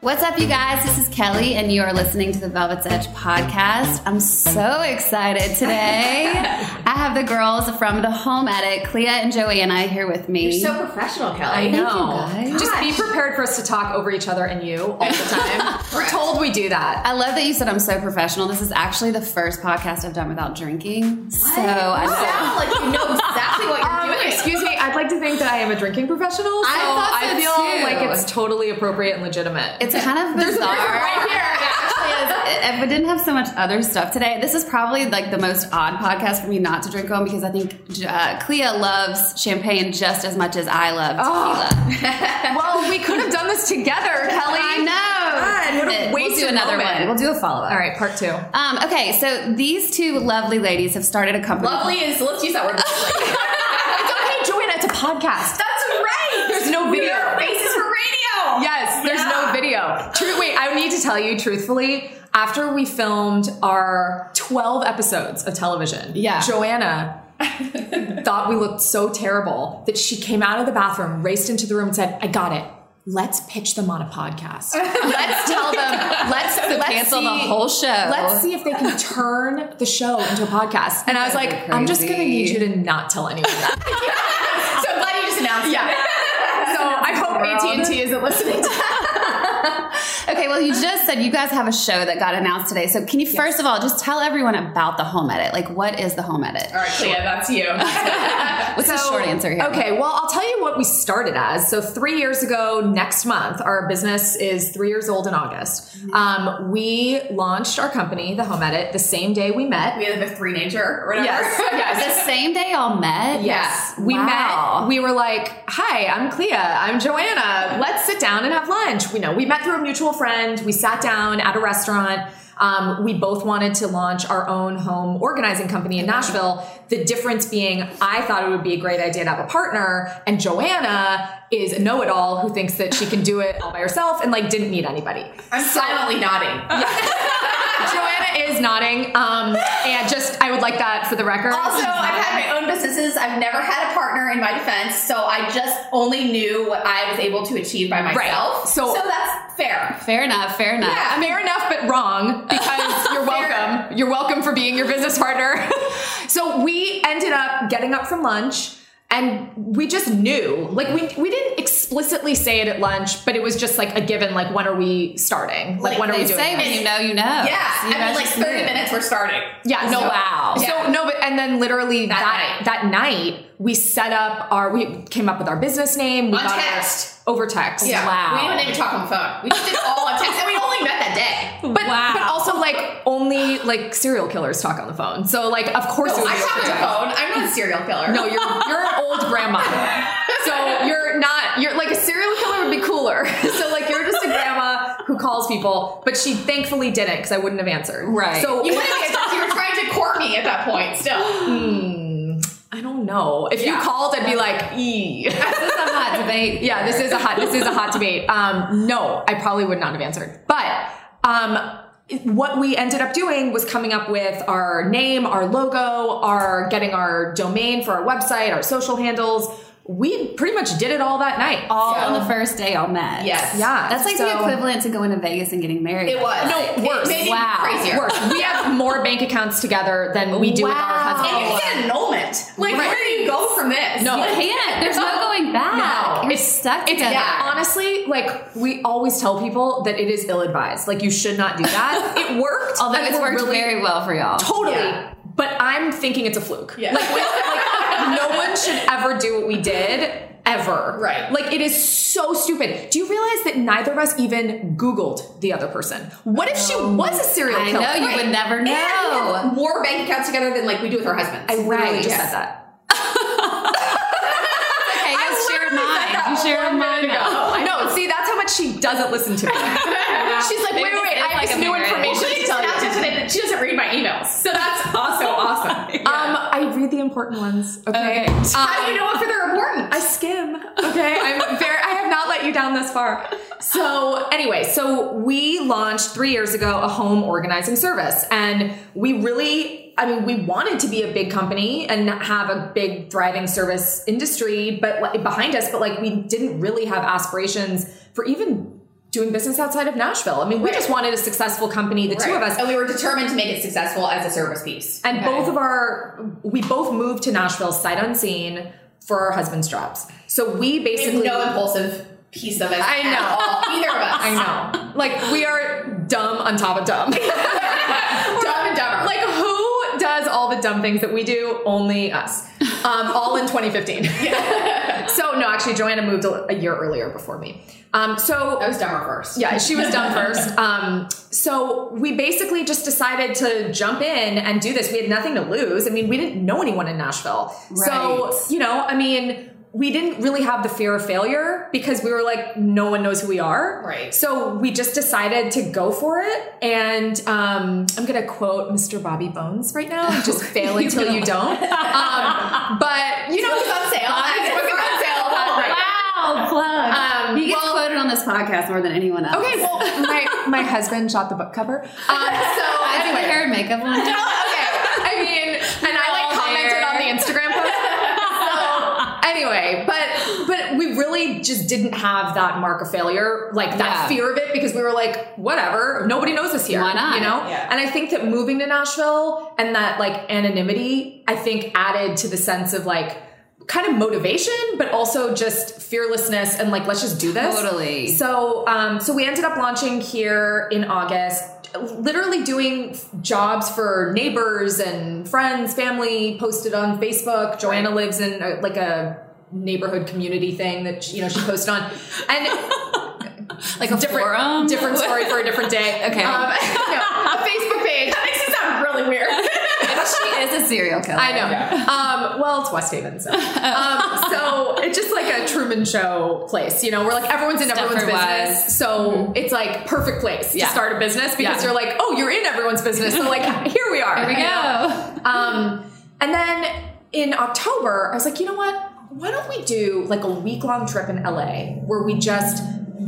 What's up, you guys? This is Kelly, and you are listening to the Velvet's Edge podcast. I'm so excited today. I have the girls from the Home Edit, Clea and Joey, and I here with me. You're so professional, Kelly. I know. guys. Just be prepared for us to talk over each other and you all the time. We're told we do that. I love that you said I'm so professional. This is actually the first podcast I've done without drinking. So I You know. sound Oh, like you know exactly what you're Um, doing. excuse me, I'd like to think that I am a drinking professional, so I thought I, so, feel too. like it's totally appropriate and legitimate. It's kind of bizarre. right here. It actually is. If we didn't have so much other stuff today, this is probably like the most odd podcast for me not to drink on because I think uh, Clea loves champagne just as much as I love Oh. tequila. well, we could have done this together, Kelly. I know. God, what a It- we'll do wasted another moment. one. We'll do a follow up. All right, part two. Um, okay, so these two lovely ladies have started a company. Lovely is let's use that word. Lovely. It's okay, Joanna. It's a podcast. That's right. There's no video. Your face is for radio. Yes, there's Yeah. no video. True. Wait, I need to tell you truthfully. After we filmed our 12 episodes of television, Yeah. Joanna thought we looked so terrible that she came out of the bathroom, raced into the room, and said, "I got it. Let's pitch them on a podcast. Let's tell them. Let's, let's cancel the see- whole show. Let's see if they can turn the show into a podcast." And I was like, "I'm just going to need you to not tell anyone that." So I'm glad you just announced it. Yeah. So I hope AT&T isn't listening to Okay, well, you just said you guys have a show that got announced today. So, can you first of all just tell everyone about the Home Edit? Like, what is the Home Edit? All Uh, right, Clea, back to you. What's the short answer here? Okay, well, I'll tell you what we started as. So, three years ago, next month, our business is three years old in August. Mm-hmm. Um, we launched our company, The Home Edit, the same day we met. we have a three nature or whatever. The yes. same day y'all met? Yes, we Wow. met. We were like, "Hi, I'm Clea. I'm Joanna. Let's sit down and have lunch." We know we met through a mutual friend. We sat down at a restaurant. Um, we both wanted to launch our own home organizing company in Nashville. The difference being, I thought it would be a great idea to have a partner, and Joanna is a know-it-all who thinks that she can do it all by herself and like didn't need anybody. I'm silently nodding. Joanna is nodding, um, and just I would like that for the record. Also, I've had my own businesses. I've never had a partner in my defense, so I just only knew what I was able to achieve by myself. So- that's fair. Fair enough, fair enough. Yeah, fair enough, but wrong because you're welcome. You're welcome for being your business partner. so we ended up getting up from lunch and we just knew. Like we we didn't explicitly say it at lunch, but it was just like a given. Like when are we starting? Like, Like, when are we They doing? say this? when you know, you know. Yeah, So you I guys mean, like just 30 knew. minutes, we're starting. Yeah, no So- wow. Yeah. So no, but and then literally that night. that night, we set up our we came up with our business name. We On got our- text. over text. Yeah. Wow. We didn't even talk on the phone. We just did all on text, and we only met that day. But, Wow. but also like only like serial killers talk on the phone. So like of course it I was over talk on the text. phone. I'm not a serial killer. No, you're you're an old grandma. So you're not you're like a serial killer would be cooler. So like you're just a grandma who calls people, but she thankfully didn't because I wouldn't have answered. Right. So you wouldn't have answered. You were trying to court me at that point. Still, I don't know. If Yeah. you called, I'd be like, ee. This is a hot debate. yeah, this is a hot this is a hot debate. Um, no, I probably would not have answered. But um, what we ended up doing was coming up with our name, our logo, our getting our domain for our website, our social handles. We pretty much did it all that night. All On the first day y'all met. Yes. Yeah, That's like the so- equivalent to going to Vegas and getting married. it was No, worse. It made it Wow. crazier. Worse. We have more bank accounts together than we do with our Wow. husband. And you get an annulment. Like, Right. where do you go from this? Oh. No. You can't. There's no going back. No. You're stuck together. yeah. Honestly, like we always tell people that it is ill advised. Like you should not do that. it worked. Although and it's we're worked very well for y'all. Totally. Yeah. But I'm thinking it's a fluke. Yeah. Like, when- like, no one should ever do what we did. Ever. Right. Like, it is so stupid. Do you realize that neither of us even Googled the other person? What if she was a serial Oh. I killer? know, you would never And we have know. more bank accounts together than like we do with our husbands. I literally Right. just Yeah. said that. Okay, y'all shared mine. that You shared one mine. minute ago. now. No, see, that's how much she doesn't listen to me. She's like, Maybe wait, this wait, is wait, I have like this a new marriage. information She to just tell snapped you. it today that she doesn't read my emails. So that's Also awesome. Um, I read the important ones. Okay. Um, Okay. how do you know what for their important? I skim. Okay, I'm very. I have not let you down this far. So anyway, so we launched three years ago a home organizing service, and we really, I mean, we wanted to be a big company and have a big thriving service industry, but like, behind us, but like we didn't really have aspirations for even doing business outside of Nashville. I mean, we Right. just wanted a successful company, the two of us, and we were determined to make it successful as a service piece. and both of our, we both moved to Nashville sight unseen for our husbands' jobs. So We we basically have no impulsive piece of it. I at know. all, either of us. I know. Like we are dumb on top of dumb. Dumb and dumber. like who does all the dumb things that we do? Only us. Um, all in 2015. so no, actually, Joanna moved a, a year earlier before me. Um, so I was dumber first. yeah, she was done first. Um, so we basically just decided to jump in and do this. We had nothing to lose. I mean, we didn't know anyone in Nashville. Right. So, you know, I mean, we didn't really have the fear of failure because we were like, no one knows who we are. Right. So we just decided to go for it. And um, I'm going to quote Mr. Bobby Bones right now just fail until you don't. Um, but, you know, Book on sale. Bobby's Book book on sale. Right. Wow, plug. Um, he gets quoted on this podcast more than anyone else. Okay, well, my, my husband shot the book cover. Um, so I did the anyway. hair and makeup one. okay. I mean, and I like all commented there. on the Instagram post. So anyway, but but we really just didn't have that mark of failure, like Yeah. that fear of it, because we were like, whatever, nobody knows us here. Why not? You know? Yeah. And I think that moving to Nashville and that like anonymity, I think added to the sense of like kind of motivation, but also just fearlessness and like let's just do this. Totally. So, um, so we ended up launching here in August, literally doing jobs for neighbors and friends, family. Posted on Facebook. Joanna lives in a, like a neighborhood community thing that she, you know she posted on, and like a different forum. different story for a different day. Okay. Um, no, a Facebook page. That makes it sound really weird. she is a serial killer. I know. Um, well, it's West Haven, so. Um, so it's just like a Truman Show place, you know, where like everyone's in everyone's Stuffer-wise. business. So it's like perfect place Mm-hmm. Yeah. to start a business because Yeah. you're like, oh, you're in everyone's business. So like, here we are. There we you know? go. Um, and then in October, I was like, you know what? Why don't we do like a week long trip in LA where we just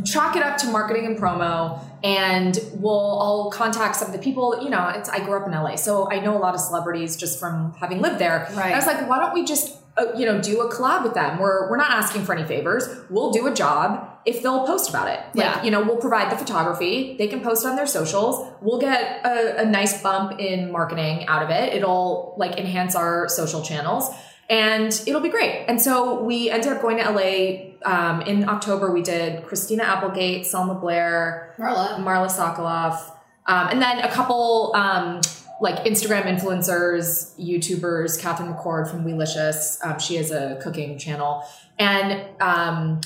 chalk it up to marketing and promo and we'll I'll contact some of the people you know it's I grew up in LA so I know a lot of celebrities just from having lived there Right. I was like why don't we just uh, you know do a collab with them we're we're not asking for any favors we'll do a job if they'll post about it like Yeah. you know we'll provide the photography they can post on their socials we'll get a, a nice bump in marketing out of it it'll like enhance our social channels and it'll be great and so we ended up going to la um, in october we did christina applegate selma blair Marla. marla sokoloff um, and then a couple um, like instagram influencers youtubers catherine mccord from welicious um, she has a cooking channel and um,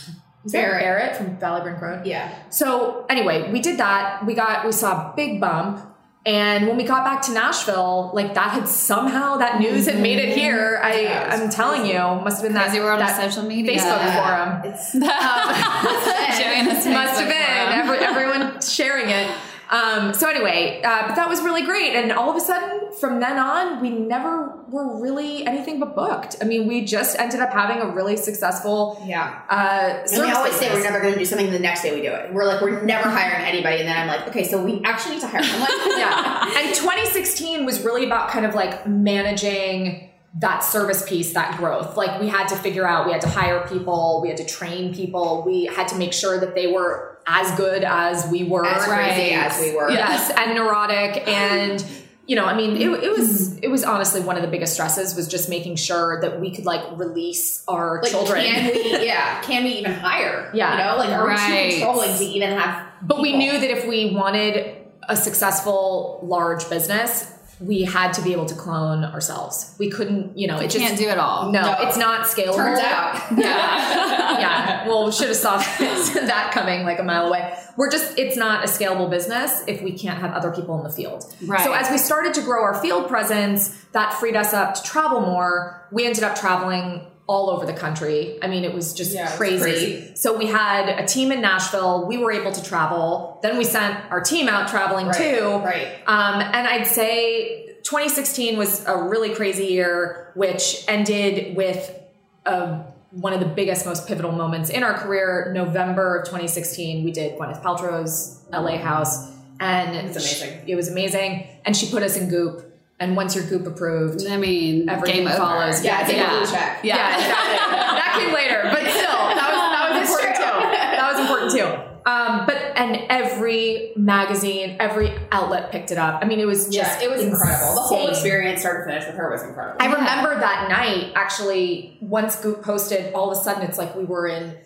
Barrett. Barrett from Valley Brink Road. Yeah. So anyway, we did that. We got we saw a big bump. And when we got back to Nashville, like that had somehow that news had made it here. I I'm telling you, must have been Crazy that world of that social media. Facebook forum. Um, It's Joanna's must have Facebook been forum. every, everyone sharing it. Um, so anyway, uh, but that was really great. And all of a sudden, from then on, we never were really anything but booked. I mean, we just ended up having a really successful yeah. uh, And we service always say business. we're never going to do something the next day we do it. We're like, we're never hiring anybody. And then I'm like, okay, so we actually need to hire someone. yeah. And 2016 was really about kind of like managing that service piece, that growth. Like we had to figure out, we had to hire people, we had to train people, we had to make sure that they were as good as we were. As crazy Right. as we were. Yes, and neurotic and you know, I mean, it, it was Mm-hmm. it was honestly one of the biggest stresses was just making sure that we could like release our Like, children. can we, yeah, can we even hire? Yeah. You know, like, are we Right. too controlling to even have. But we people? knew that if we wanted a successful large business, we had to be able to clone ourselves. We couldn't, you know, it just Can't do it all. No, No. it's not scalable. Turns out. Yeah. yeah. Well, we should have saw that coming like a mile away. We're just, it's not a scalable business if we can't have other people in the field. Right. So as we started to grow our field presence, that freed us up to travel more. We ended up traveling all over the country. I mean, it was just Yeah, it was crazy. crazy. So we had a team in Nashville. We were able to travel. Then we sent our team out traveling Right, too. right. Um, and I'd say 2016 was a really crazy year, which ended with a, one of the biggest, most pivotal moments in our career. November of 2016, we did Gwyneth Paltrow's LA House, and it was amazing. it was amazing, and she put us in Goop. And once you're Goop approved, I mean, Everything game over. follows. Yeah, I think Yeah. a blue check. Yeah. yeah, exactly. that came later, but still, that was that was important That's true. too. That was important too. Um, but and every magazine, every outlet picked it up. I mean, it was just Yeah, it was incredible. The whole insane. experience, start to finish, with her was incredible. I remember that night actually. Once Goop posted, all of a sudden it's like we were in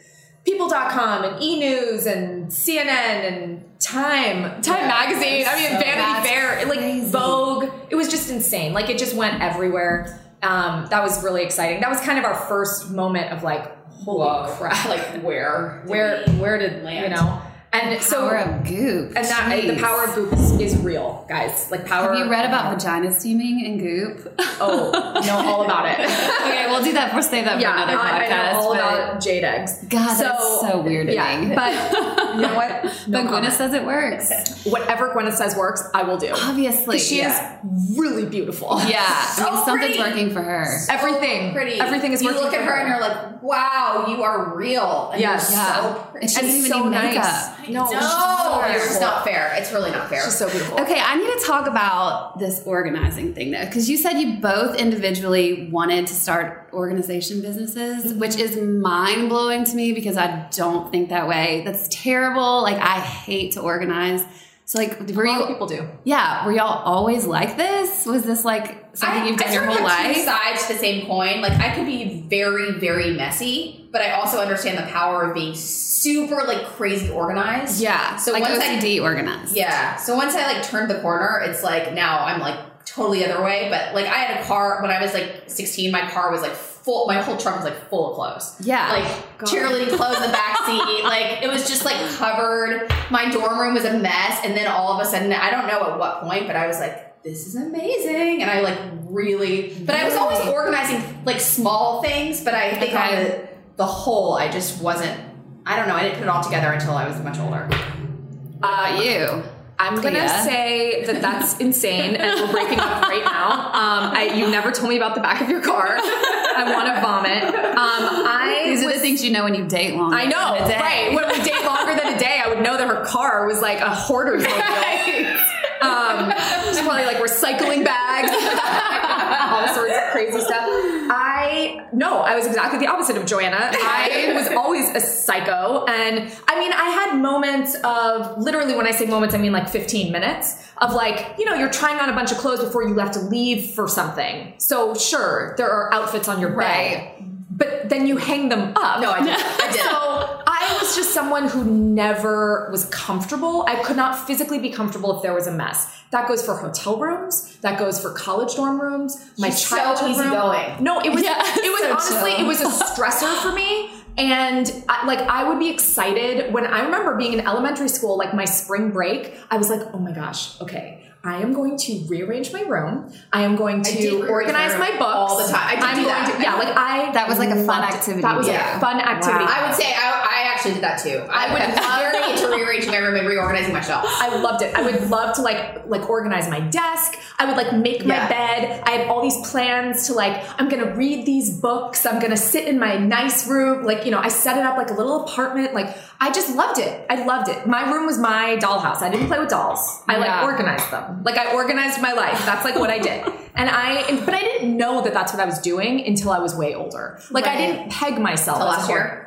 People.com and E News and CNN and Time, Time Magazine. I mean, Vanity that's Fair, it, like Vogue. It was just insane. Like it just went everywhere. Um, that was really exciting. That was kind of our first moment of like, holy Whoa. crap! Like like where? did where we- where did land? you know? And so Power of goop. and that Jeez. the power of Goop is, is real, guys. Like power. Have you read about vagina steaming and goop? Oh, know all about it. okay, we'll do that. We'll save that for yeah, another I, I podcast. know all but- about jade eggs. God, that's so weird to yeah, me. but you know what? but No Gwyneth comment. says it works. whatever Gwyneth says works, I will do. Obviously, She Oh, yeah. is really beautiful. Yeah, I mean, So something's pretty. working for her. everything. pretty. Everything is. You working look at for her and you're like, wow, you are real. And Yes. You're Yeah. So pretty. and she and doesn't even so need nice. makeup. No, she's so no, it's beautiful. not fair. It's really not fair. She's so beautiful. Okay, I need to talk about this organizing thing though, because you said you both individually wanted to start organization Mm-hmm. businesses, which is mind blowing to me because I don't think that way. That's terrible. Like I hate to organize. So like, were A lot of you? people do. Yeah, were y'all always like this? Was this like something I, you've done I your sort of whole have Two life? sides to the same coin. Like I could be very, very messy, but I also understand the power of being super like crazy organized. Yeah, So like once I- OCD organized. Yeah. So once I like turned the corner, it's like now I'm like totally other way. But like I had a car when I was like 16, my car was like full, my whole trunk was like full of clothes. Yeah. Like God. cheerleading clothes in the back seat. like it was just like covered. My dorm room was a mess. And then all of a sudden, I don't know at what point, but I was like, this is amazing. And I like really, but I was always organizing like small things, but I think Okay. on the, the whole, I just wasn't, I don't know, I didn't put it all together until I was much older. Uh, you. I'm gonna Leah? say that that's insane, and we're breaking up right now. Um, I, you never told me about the back of your car. I want to vomit. Um, I These are was- the things you know when you date long. I know, in a day. right? When we date longer than a day, I would know that her car was like a hoarder's mobile. Um, she's probably like recycling bags, all sorts of crazy stuff. I no, I was exactly the opposite of Joanna. I was always a psycho, and I mean, I had moments of literally when I say moments, I mean like 15 minutes of like you know you're trying on a bunch of clothes before you have to leave for something. So sure, there are outfits on your bed, Right. but then you hang them up. No, I didn't. I didn't. So I was just someone who never was comfortable. I could not physically be comfortable if there was a mess. That goes for hotel rooms. That goes for college dorm rooms. My She's so childhood room. easygoing. No, it was. Yeah, it was so honestly. chill. It was a stressor for me. And I, like I would be excited when I remember being in elementary school, like my spring break, I was like, oh my gosh, okay, I am going to rearrange my room. I am going did to rearrange organize my my room books all the time. I did am do going that. to yeah, like I That was like a fun loved it. activity That was you a did. fun activity. I would say I, I actually did that too. I would love to rearrange my room and reorganizing my shelf. I loved it. I would love to like like organize my desk. I would like make my Yeah. bed. I had all these plans to like I'm gonna read these books. I'm gonna sit in my nice room. Like you know, I set it up like a little apartment. Like I just loved it. I loved it. My room was my dollhouse. I didn't play with dolls. Yeah. I like organized them. Like I organized my life. That's like what I did. And I and, but I didn't know that that's what I was doing until I was way older. Like I Right. didn't peg myself Till as last an year? or-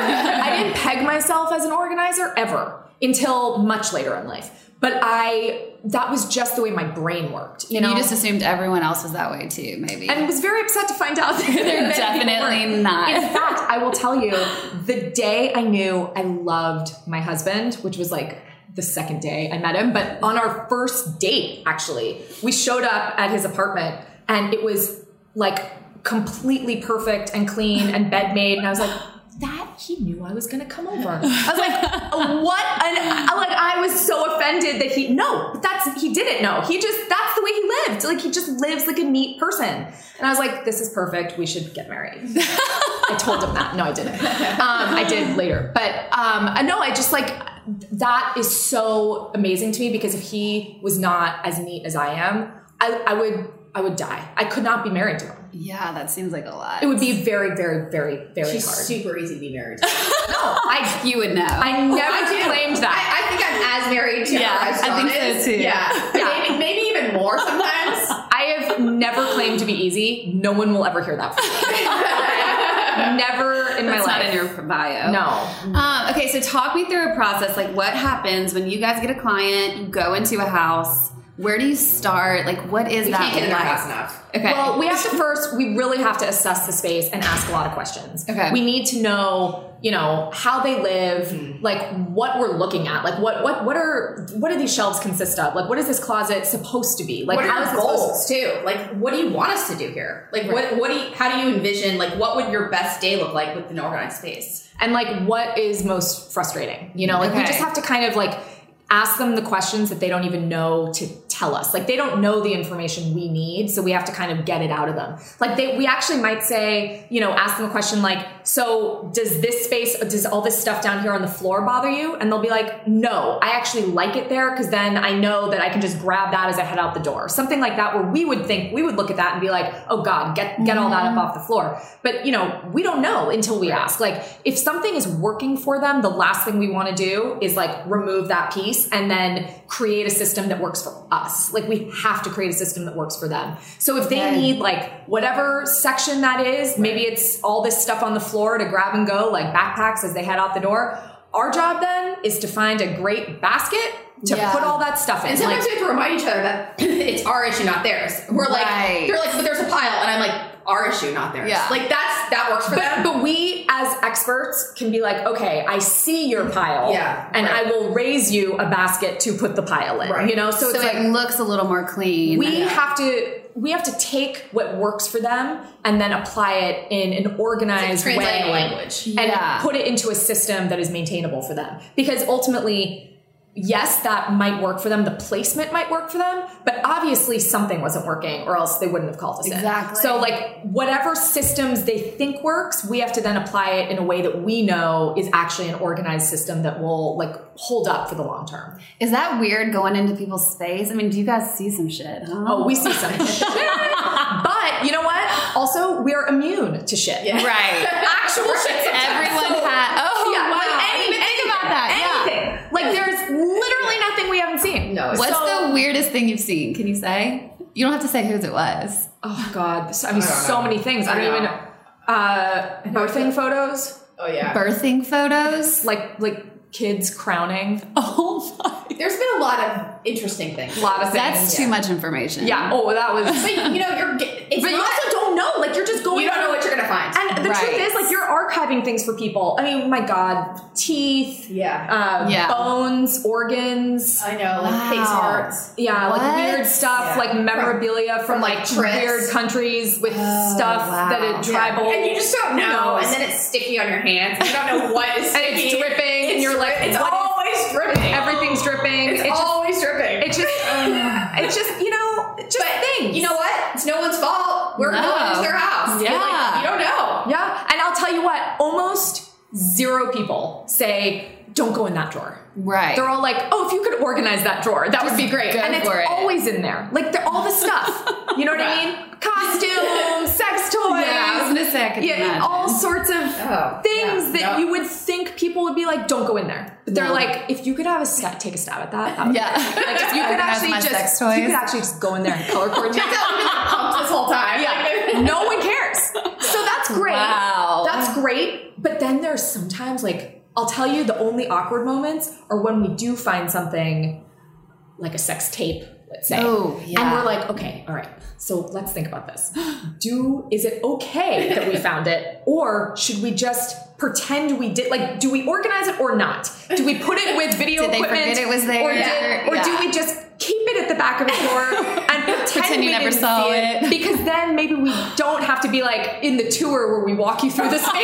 I didn't peg myself as an organizer ever until much later in life. But I that was just the way my brain worked, you And know. you just assumed everyone else was that way too, maybe. and was very upset to find out that there were many people Definitely who weren't. not. In fact, I will tell you, the day I knew I loved my husband, which was like the second day I met him, but on our first date, actually, we showed up at his apartment and it was like completely perfect and clean and bed made. And I was like, that he knew I was going to come over. I was like, what? An, like, I was so offended that he, no, that's, he didn't know. He just, that's the way he lived. Like, he just lives like a neat person. And I was like, this is perfect. We should get married. I told him that. No, I didn't. Um, I did later. But um, I know I just like, that is so amazing to me because if he was not as neat as I am, I, I would, I would die. I could not be married to him. Yeah, that seems like a lot. It would be very, very, very, very She's hard. super easy to be married to. no, I you would know. I never do. claimed that. I, I think I'm as married to Yeah, her as I John think is. so, too. Yeah, Maybe, maybe even more sometimes. I, have never claimed to be easy. No one will ever hear that from me. never in my That's life. not in your bio. no. Um, okay, so talk me through a process. Like, what happens when you guys get a client? You go into a house. Where do you start? Like, what is We that can't get in their like? house enough. Okay. Well, we have to first, we really have to assess the space and ask a lot of questions. Okay. We need to know, you know, how they live, Hmm. like what we're looking at. Like what what what are what do these shelves consist of? Like what is this closet supposed to be? Like What how are is our this supposed- goals too? Like, what do you want us to do here? Like, what, what do you, how do you envision? Like, what would your best day look like with an organized space? and like what is most frustrating you know like we Okay. just have to kind of like ask them the questions that they don't even know to tell us like they don't know the information we need so we have to kind of get it out of them like they we actually might say you know ask them a question like so does this space does all this stuff down here on the floor bother you and they'll be like no i actually like it there because then i know that i can just grab that as i head out the door something like that where we would think we would look at that and be like oh god get get all that up off the floor but you know we don't know until we ask like if something is working for them the last thing we want to do is like remove that piece and then create a system that works for us like we have to create a system that works for them so if they need like whatever section that is maybe it's all this stuff on the floor to grab and go like backpacks as they head out the door our job then is to find a great basket to Yeah. put all that stuff in And sometimes we have to remind each other that it's our issue, not theirs. We're like, Right. they're like, but there's a pile, and I'm like, our issue, not theirs. Yeah. Like that's that works for But, them. but we as experts can be like, okay, I see your pile, Yeah, and right. I will raise you a basket to put the pile in. Right. You know, so, so it it's like looks a little more clean. we have to we have to take what works for them and then apply it in an organized It's like way, translating language. and Yeah. put it into a system that is maintainable for them. Because ultimately. Yes, that might work for them. The placement might work for them, but obviously something wasn't working, or else they wouldn't have called us in. Exactly. So, like whatever systems they think works we have to then apply it in a way that we know is actually an organized system that will like hold up for the long term Is that weird going into people's space? I mean, do you guys see some shit? Huh? oh we see some shit but you know what also we are immune to shit right. actual shit sometimes. Everyone had. Oh, yeah, wow. like I didn't anything, even think about that. Yeah. anything. like there's literally nothing we haven't seen No, it's- What's So- the weirdest thing you've seen? Can you say? You don't have to say whose it was. oh god so, i mean I don't so know. many things i I don't even know. uh birthing photos Oh yeah. Birthing photos. like like kids crowning Oh my. There's been a lot of interesting things. a lot of things That's too much information. yeah oh that was But you know, you're. ge- It's But you not- also don't know. Like you're just going. you don't know what you're gonna find. And the Right. truth is, like you're archiving things for people. I mean, my God, teeth, yeah. uh, Yeah. bones, organs. I know, like pigs' Wow. hearts. yeah, What? like weird stuff, Yeah. like memorabilia from, from, like, like, trips. weird countries with stuff wow. that Yeah. it tribal. And you just don't who know, knows? and then it's sticky on your hands. and You don't know what is And it's sticky. dripping, and you're like, it's what is- always dripping. everything's dripping. It's it just, always dripping. it just, it just, you know, it just things. You know what? It's no one's fault. We're No. going to their house. You're like, Yeah. you don't know. Yeah, and I'll tell you what, almost zero people say, "Don't go in that drawer." Right. They're all like, "Oh, if you could organize that drawer, that would be great." go and it's for it. always in there, like they're all the stuff. You know what I mean? Costumes, sex toys. Yeah, I was gonna say, I could yeah, imagine. all sorts of Oh, things yeah, that no. you would think people would be like, "Don't go in there." But they're No. like, "If you could have a stab, take a stab at that." that would be Yeah. great." Like, if you could Organize actually my just sex if you toys. could actually just go in there and color coordinate. That's how I've been like, pumped this whole time. Yeah. Like, no one cares. So that's great. Wow. That's great. But then there's sometimes like I'll tell you the only awkward moments are when we do find something like a sex tape, let's say. Oh, yeah. And we're like, okay, all right. So let's think about this. Do is it okay that we found it or should we just pretend we did like do we organize it or not? Do we put it with video Did they equipment? forget it was there? Or, did- or do Yeah. we just keep it at the back of the drawer and pretend, Pretend you we never didn't saw see it. because then maybe we don't have to be like in the tour where we walk you through the space.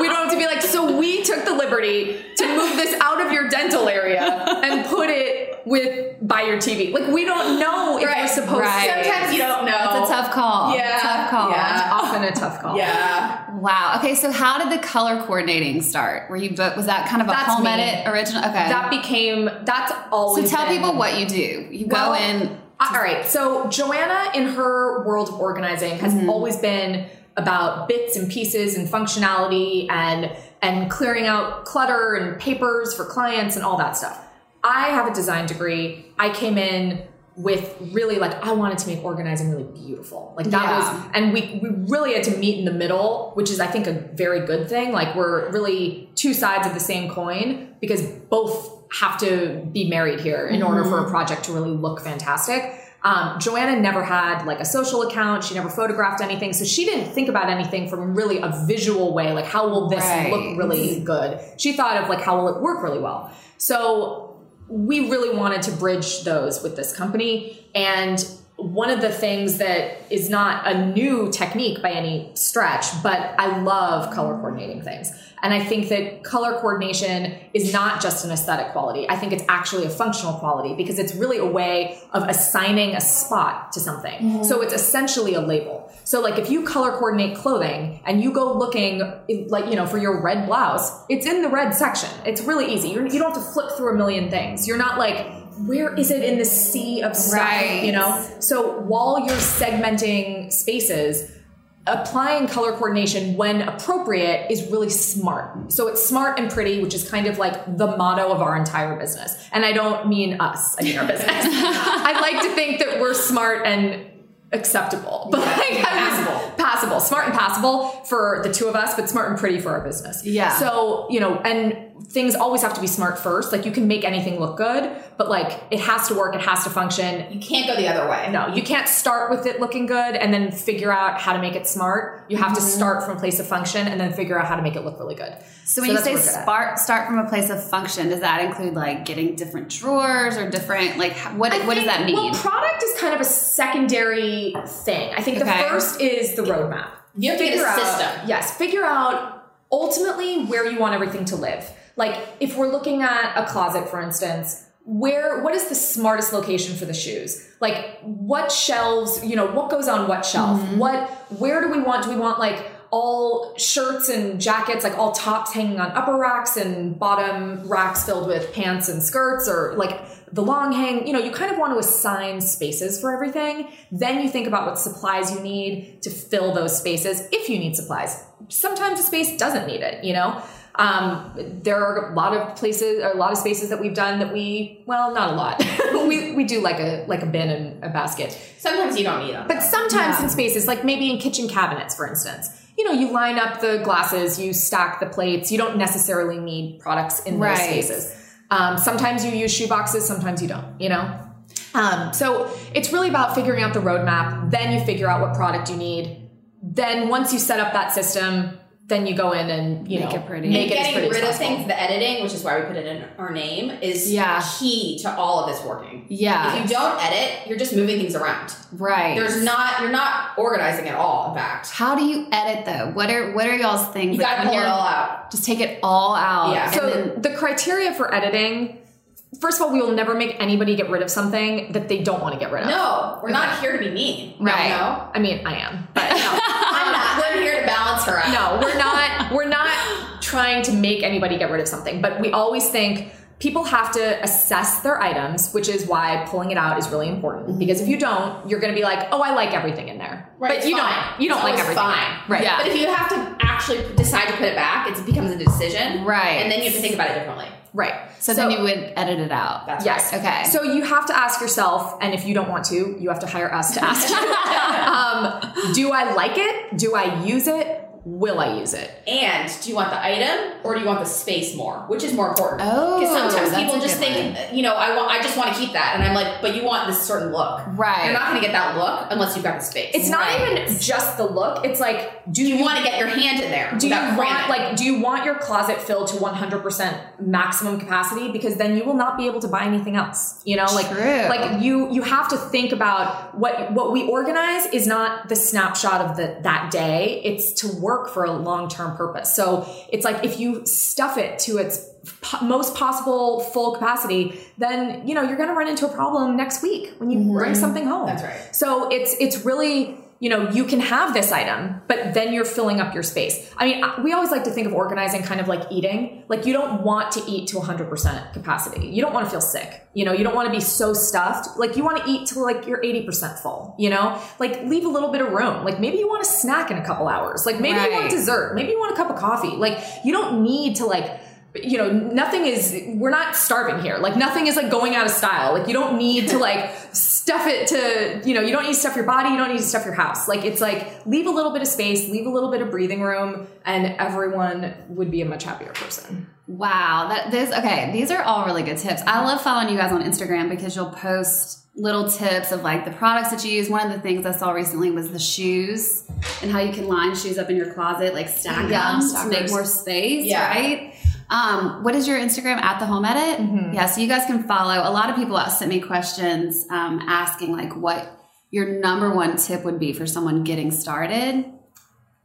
we don't have to be like, so we we took the liberty to move this out of your dental area and put it with by your TV. Like we don't know if we're Right. supposed Right. to. Sometimes you don't know. It's a tough call. Yeah, Tough call. yeah. Often a tough call. yeah. Wow. Okay, so how did the color coordinating start? Were you book was that kind of a That's home me. edit original? Okay. That became that's always so tell been- people what you do. You Well, go in Uh, All right. So Joanna, in her world of organizing, has always been about bits and pieces and functionality and and clearing out clutter and papers for clients and all that stuff. I have a design degree. I came in with really like I wanted to make organizing really beautiful. Like that Yeah. was and we we really had to meet in the middle, which is I think a very good thing. Like we're really two sides of the same coin because both have to be married here in order for a project to really look fantastic. Um, Joanna never had like a social account. She never photographed anything, so she didn't think about anything from really a visual way. Like how will this Right. look really good? She thought of like how will it work really well. So we really wanted to bridge those with this company. And one of the things that is not a new technique by any stretch, but I love color coordinating things. And I think that color coordination is not just an aesthetic quality. I think it's actually a functional quality because it's really a way of assigning a spot to something. So it's essentially a label. So like if you color coordinate clothing and you go looking like you know for your red blouse, it's in the red section. It's really easy. You're, you don't have to flip through a million things. You're not like where is it in the sea of stuff, Right. you know? So while you're segmenting spaces, applying color coordination when appropriate is really smart. So it's smart and pretty, which is kind of like the motto of our entire business. And I don't mean us, I mean our business. I like to think that we're smart and acceptable, but like passable. passable, smart and passable for the two of us, but smart and pretty for our business. Yeah. So, you know, and things always have to be smart first. Like you can make anything look good, but like it has to work, it has to function, You can't go the other way. no, you can't start with it looking good and then figure out how to make it smart. You have to Mm-hmm. start from a place of function and then figure out how to make it look really good. so when you that's say what we're good at. start start from a place of function, does that include like getting different drawers or different like h- what I what does think- that mean? Well, product is kind of a secondary thing. I think Okay. the first is the roadmap. You have to get a Figure out- system. Yes, figure out ultimately where you want everything to live. Like if we're looking at a closet, for instance, where what is the smartest location for the shoes? Like what shelves, you know, what goes on what shelf? Mm-hmm. What where do we want? Do we want like all shirts and jackets, like all tops hanging on upper racks and bottom racks filled with pants and skirts or like the long hang, you know, you kind of want to assign spaces for everything. Then you think about what supplies you need to fill those spaces if you need supplies. Sometimes a space doesn't need it, you know? Um, there are a lot of places, or a lot of spaces that we've done that we, well, not a lot. we, we do like a like a bin and a basket. Sometimes you don't need them. But sometimes in spaces, like maybe in kitchen cabinets, for instance, you know, you line up the glasses, you stack the plates. You don't necessarily need products in Right. those spaces. Um, sometimes you use shoe boxes, sometimes you don't. You know. Um, so it's really about figuring out the roadmap. Then you figure out what product you need. Then once you set up that system, then you go in and you Make know it pretty. Make it as getting pretty rid as of possible. things, the editing, which is why we put it in our name, is Yeah. key to all of this working. Yeah. If you don't edit, you're just moving things around. right. There's not you're not organizing at all, in fact. How do you edit though? What are what are y'all's things? You that gotta when pull it you're- all out. Just take it all out. Yeah. and So then- the criteria for editing, first of all, we will never make anybody get rid of something that they don't want to get rid of. No, we're not here to be mean. Right. You know? I mean, I am. But No, I'm not. I'm here to balance her out. no, we're not we're not trying to make anybody get rid of something, but we always think people have to assess their items, which is why pulling it out is really important because if you don't, you're going to be like, "Oh, I like everything in there." Mm-hmm. Right, but it's you fine. don't you It's don't like always everything. in fine. there. Right. Yeah. But if you have to actually decide to put it back, it becomes a decision. Right. And then you have to think about it differently. Right. so, then you would edit it out. That's Yes. right. Okay. So you have to ask yourself, and if you don't want to, you have to hire us to ask you. um, do I like it? Do I use it? Will I use it? And do you want the item or do you want the space more? Which is more important? Oh, because sometimes that's a people just good think, you know, I want, I just want to keep that, and I'm like, but you want this certain look, Right. You're not going to get that look unless you've got the space. It's not even just the look. It's like, do you, want to get your hand in there. do you without want cramming. like do you want your closet filled to 100% maximum capacity because then you will not be able to buy anything else you know like True. like you you have to think about what what we organize is not the snapshot of the that day it's to work for a long term purpose. So it's like if you stuff it to its po- most possible full capacity, then you know you're going to run into a problem next week when you bring something home. Mm-hmm. That's right. So it's it's really you know you can have this item, but then you're filling up your space. I mean, I- we always like to think of organizing kind of like eating. Like you don't want to eat to 100% capacity. You don't want to feel sick. You know, you don't want to be so stuffed. Like you want to eat till like you're 80% full. You know, like leave a little bit of room. Like maybe you want a snack in a couple hours. Like maybe you want Right. dessert. Maybe you want a cup of coffee. Like you don't need to like you know nothing is we're not starving here like nothing is like going out of style like you don't need to like stuff it to you know you don't need to stuff your body you don't need to stuff your house like it's like leave a little bit of space leave a little bit of breathing room and everyone would be a much happier person Wow, that this okay. These are all really good tips. I love following you guys on Instagram because you'll post little tips of like the products that you use. One of the things I saw recently was the shoes and how you can line shoes up in your closet, like stack Yeah, them to make stackers. more space, Yeah. right? Um, what is your Instagram at the home edit? Yeah, so you guys can follow. A lot of people sent me questions um, asking like what your number one tip would be for someone getting started.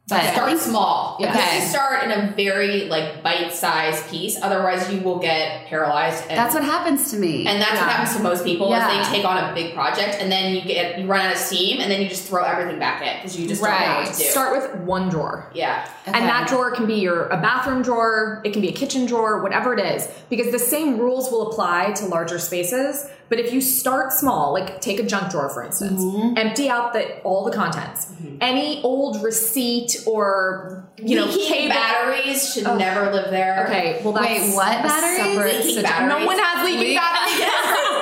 But Start small. Okay. Because you start in a very like bite-sized piece. Otherwise, you will get paralyzed. And, that's what happens to me. and that's Yeah. what happens to most people Yeah. is they take on a big project and then you get you run out of steam and then you just throw everything back in because you just don't know what Right. to do. start with one drawer yeah. Okay. And that drawer can be your a bathroom drawer, it can be a kitchen drawer, whatever it is, because the same rules will apply to larger spaces. But if you start small, like take a junk drawer for instance, empty out the all the contents. Any old receipt or you know Leaking cable- batteries should never live there. Okay, well that's Wait, what a batteries? separate situ- Leaking No batteries? one has leaking Leak- batteries.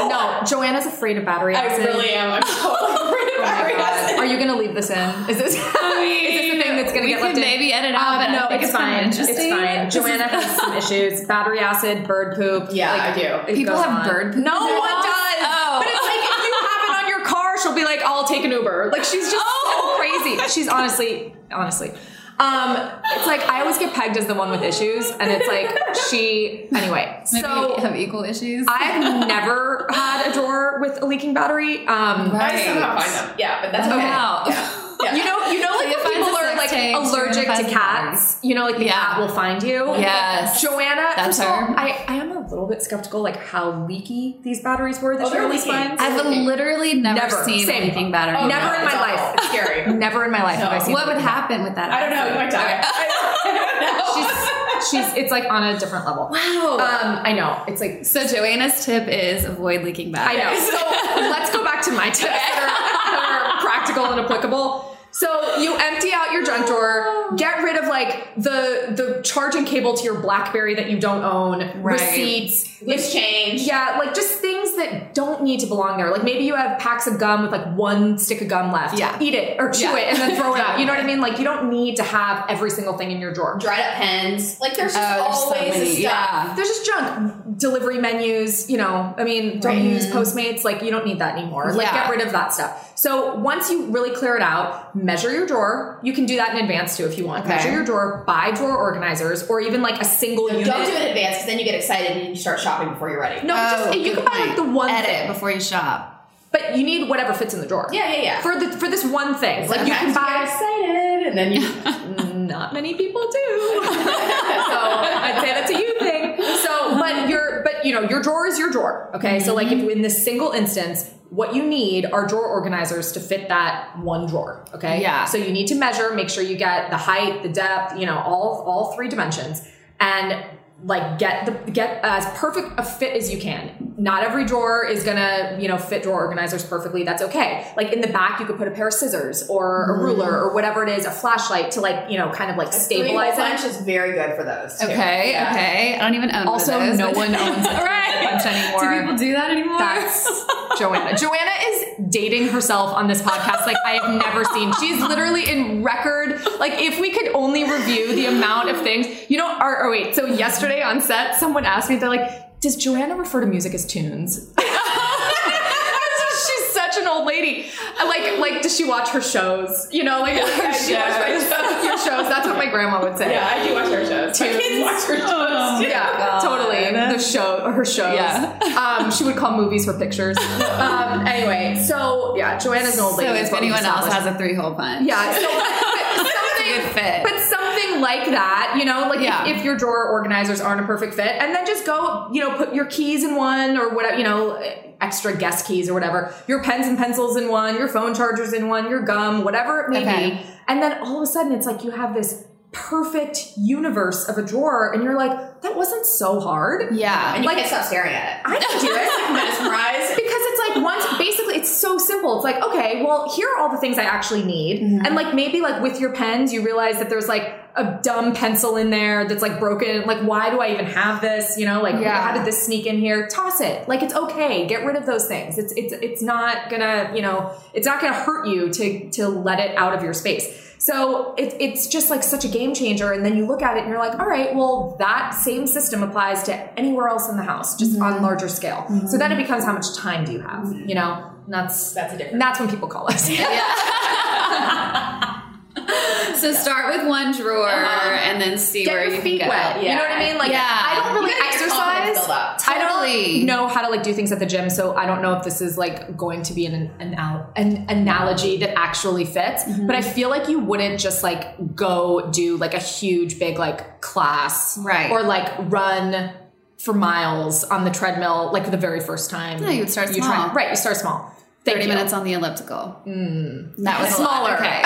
No, Joanna's afraid of battery I acid. really am. I'm so afraid of battery acid. Uh, Are you gonna leave this in? Is this, is this the thing that's gonna we get could left in? maybe edit out, Um, but I no, think it's it's kinda fine. It's interesting. fine. Joanna has some issues: battery acid, bird poop. Yeah, like, I do. it People goes have on. bird poop No in their one house? does. Oh. But it's like if you have it on your car, she'll be like, "I'll take an Uber." Like she's just Oh. so crazy. She's honestly, honestly. Um, it's like I always get pegged as the one with issues, and it's like she. Anyway, Maybe so have equal issues. I've never had a drawer with a leaking battery. Um, Right. I somehow find them. Yeah, but that's okay. wow. Yeah. You know, you know, like Leah when people finds a are sex like tape, allergic Joanna to finds a cats. You know, like the Yeah. cat will find you. Yes. Joanna. That's first of all, her. I, I am a little bit skeptical, like how leaky these batteries were that Oh, she they're always leaking. finds. I've literally never, Never. seen Same. anything better. Oh, Never in it's my awful. life. It's scary. Never in my life have I No. seen. What would happen with that? I don't know. You might die. She's she's it's like on a different level. Wow. Um, I know. It's like So Joanna's tip is avoid leaking Oh, I batteries. know. So let's go back to my tips that are, that are practical and applicable. So you empty out your junk drawer, get rid of like the the charging cable to your BlackBerry that you don't own, Right. receipts, Loose change. yeah, like just things that don't need to belong there. Like maybe you have packs of gum with like one stick of gum left. Yeah. eat it or chew Yeah. it and then throw it out. You know what I mean? Like you don't need to have every single thing in your drawer. Dried up pens. Like there's just Oh, there's so always many. a stuff. Yeah. There's just junk delivery menus, you know. I mean, don't use Postmates. Like, you don't need that anymore. Like, Yeah. get rid of that stuff. So, once you really clear it out, measure your drawer. You can do that in advance too if you want. Okay. Measure your drawer, buy drawer organizers, or even like a single unit. Don't do it in advance because then you get excited and you start shopping before you're ready. Uh, No, just, you can buy like the one Oh, edit thing, before you shop. but you need whatever fits in the drawer. Yeah, yeah, yeah. For the for this one thing, like you can Sometimes buy get excited and then you not many people do. so I'd say that's a you thing. So, but your, but you know, your drawer is your drawer. Okay, so like Mm-hmm. if in this single instance, what you need are drawer organizers to fit that one drawer. Okay, Yeah. So you need to measure, make sure you get the height, the depth, you know, all all three dimensions, and like get the get as perfect a fit as you can. Not every drawer is gonna you know fit drawer organizers perfectly. That's okay. Like in the back, you could put a pair of scissors or a ruler or whatever it is, a flashlight to like you know kind of like stabilize it. Lunch is very good for those. too. Okay, Yeah. okay. I don't even own Also, one of those, no but- one owns a right. bunch anymore. Do people do that anymore? That's Joanna. Joanna is dating herself on this podcast like I have never seen. She's literally in record. Like if we could only review the amount of things, you know. Or, or wait, so yesterday on set, someone asked me, they're like, "Does Joanna refer to music as tunes?" She's such an old lady. Like, like, does she watch her shows? You know, like her shows. Your shows. That's what my grandma would say. Yeah, I do watch her shows. My kids watch her shows. too. Yeah, totally. The show, her shows. Oh Yeah. Um, she would call movies her pictures. Um, anyway, so yeah, Joanna's an old so lady. is if what we anyone else established. has a three hole punch. yeah, so, but something good fit. But something like that, you know, like Yeah. if, if your drawer organizers aren't a perfect fit, and then just go, you know, put your keys in one or whatever, you know, extra guest keys or whatever, your pens and pencils in one, your phone chargers in one, your gum, whatever it may Okay. be. And then all of a sudden, it's like you have this perfect universe of a drawer, and you're like, that wasn't so hard. yeah. And you Like- can't stop staring at it. I can do it. Mesmerized. Because it's like once, basically, it's so simple. It's like, okay, well, here are all the things I actually need. And like maybe like with your pens, you realize that there's like a dumb pencil in there that's like broken. Like, why do I even have this? You know, like Yeah. how did this sneak in here? Toss it. Like it's okay. Get rid of those things. It's it's it's not gonna, you know, it's not gonna hurt you to to let it out of your space. So it, it's just like such a game changer. And then you look at it and you're like, all right, well, that same system applies to anywhere else in the house, just Mm-hmm. on larger scale. So then it becomes how much time do you have, you know? And that's That's a difference. and that's when people call us. So start with one drawer and then see Uh-huh. Get where your you feet can go. wet. You know what I Yeah. mean? Like Yeah. I don't really You gotta get your confidence exercise. built up. I Totally. don't know how to like do things at the gym, so I don't know if this is like going to be an an, al- an analogy that actually fits. Mm-hmm. But I feel like you wouldn't just like go do like a huge big like class, Right. Or like run for miles on the treadmill like the very first time. No, you would start try- small. right? You start small. Thank 30 you. minutes on the elliptical. That was a lot. Hmm. Smaller. Okay.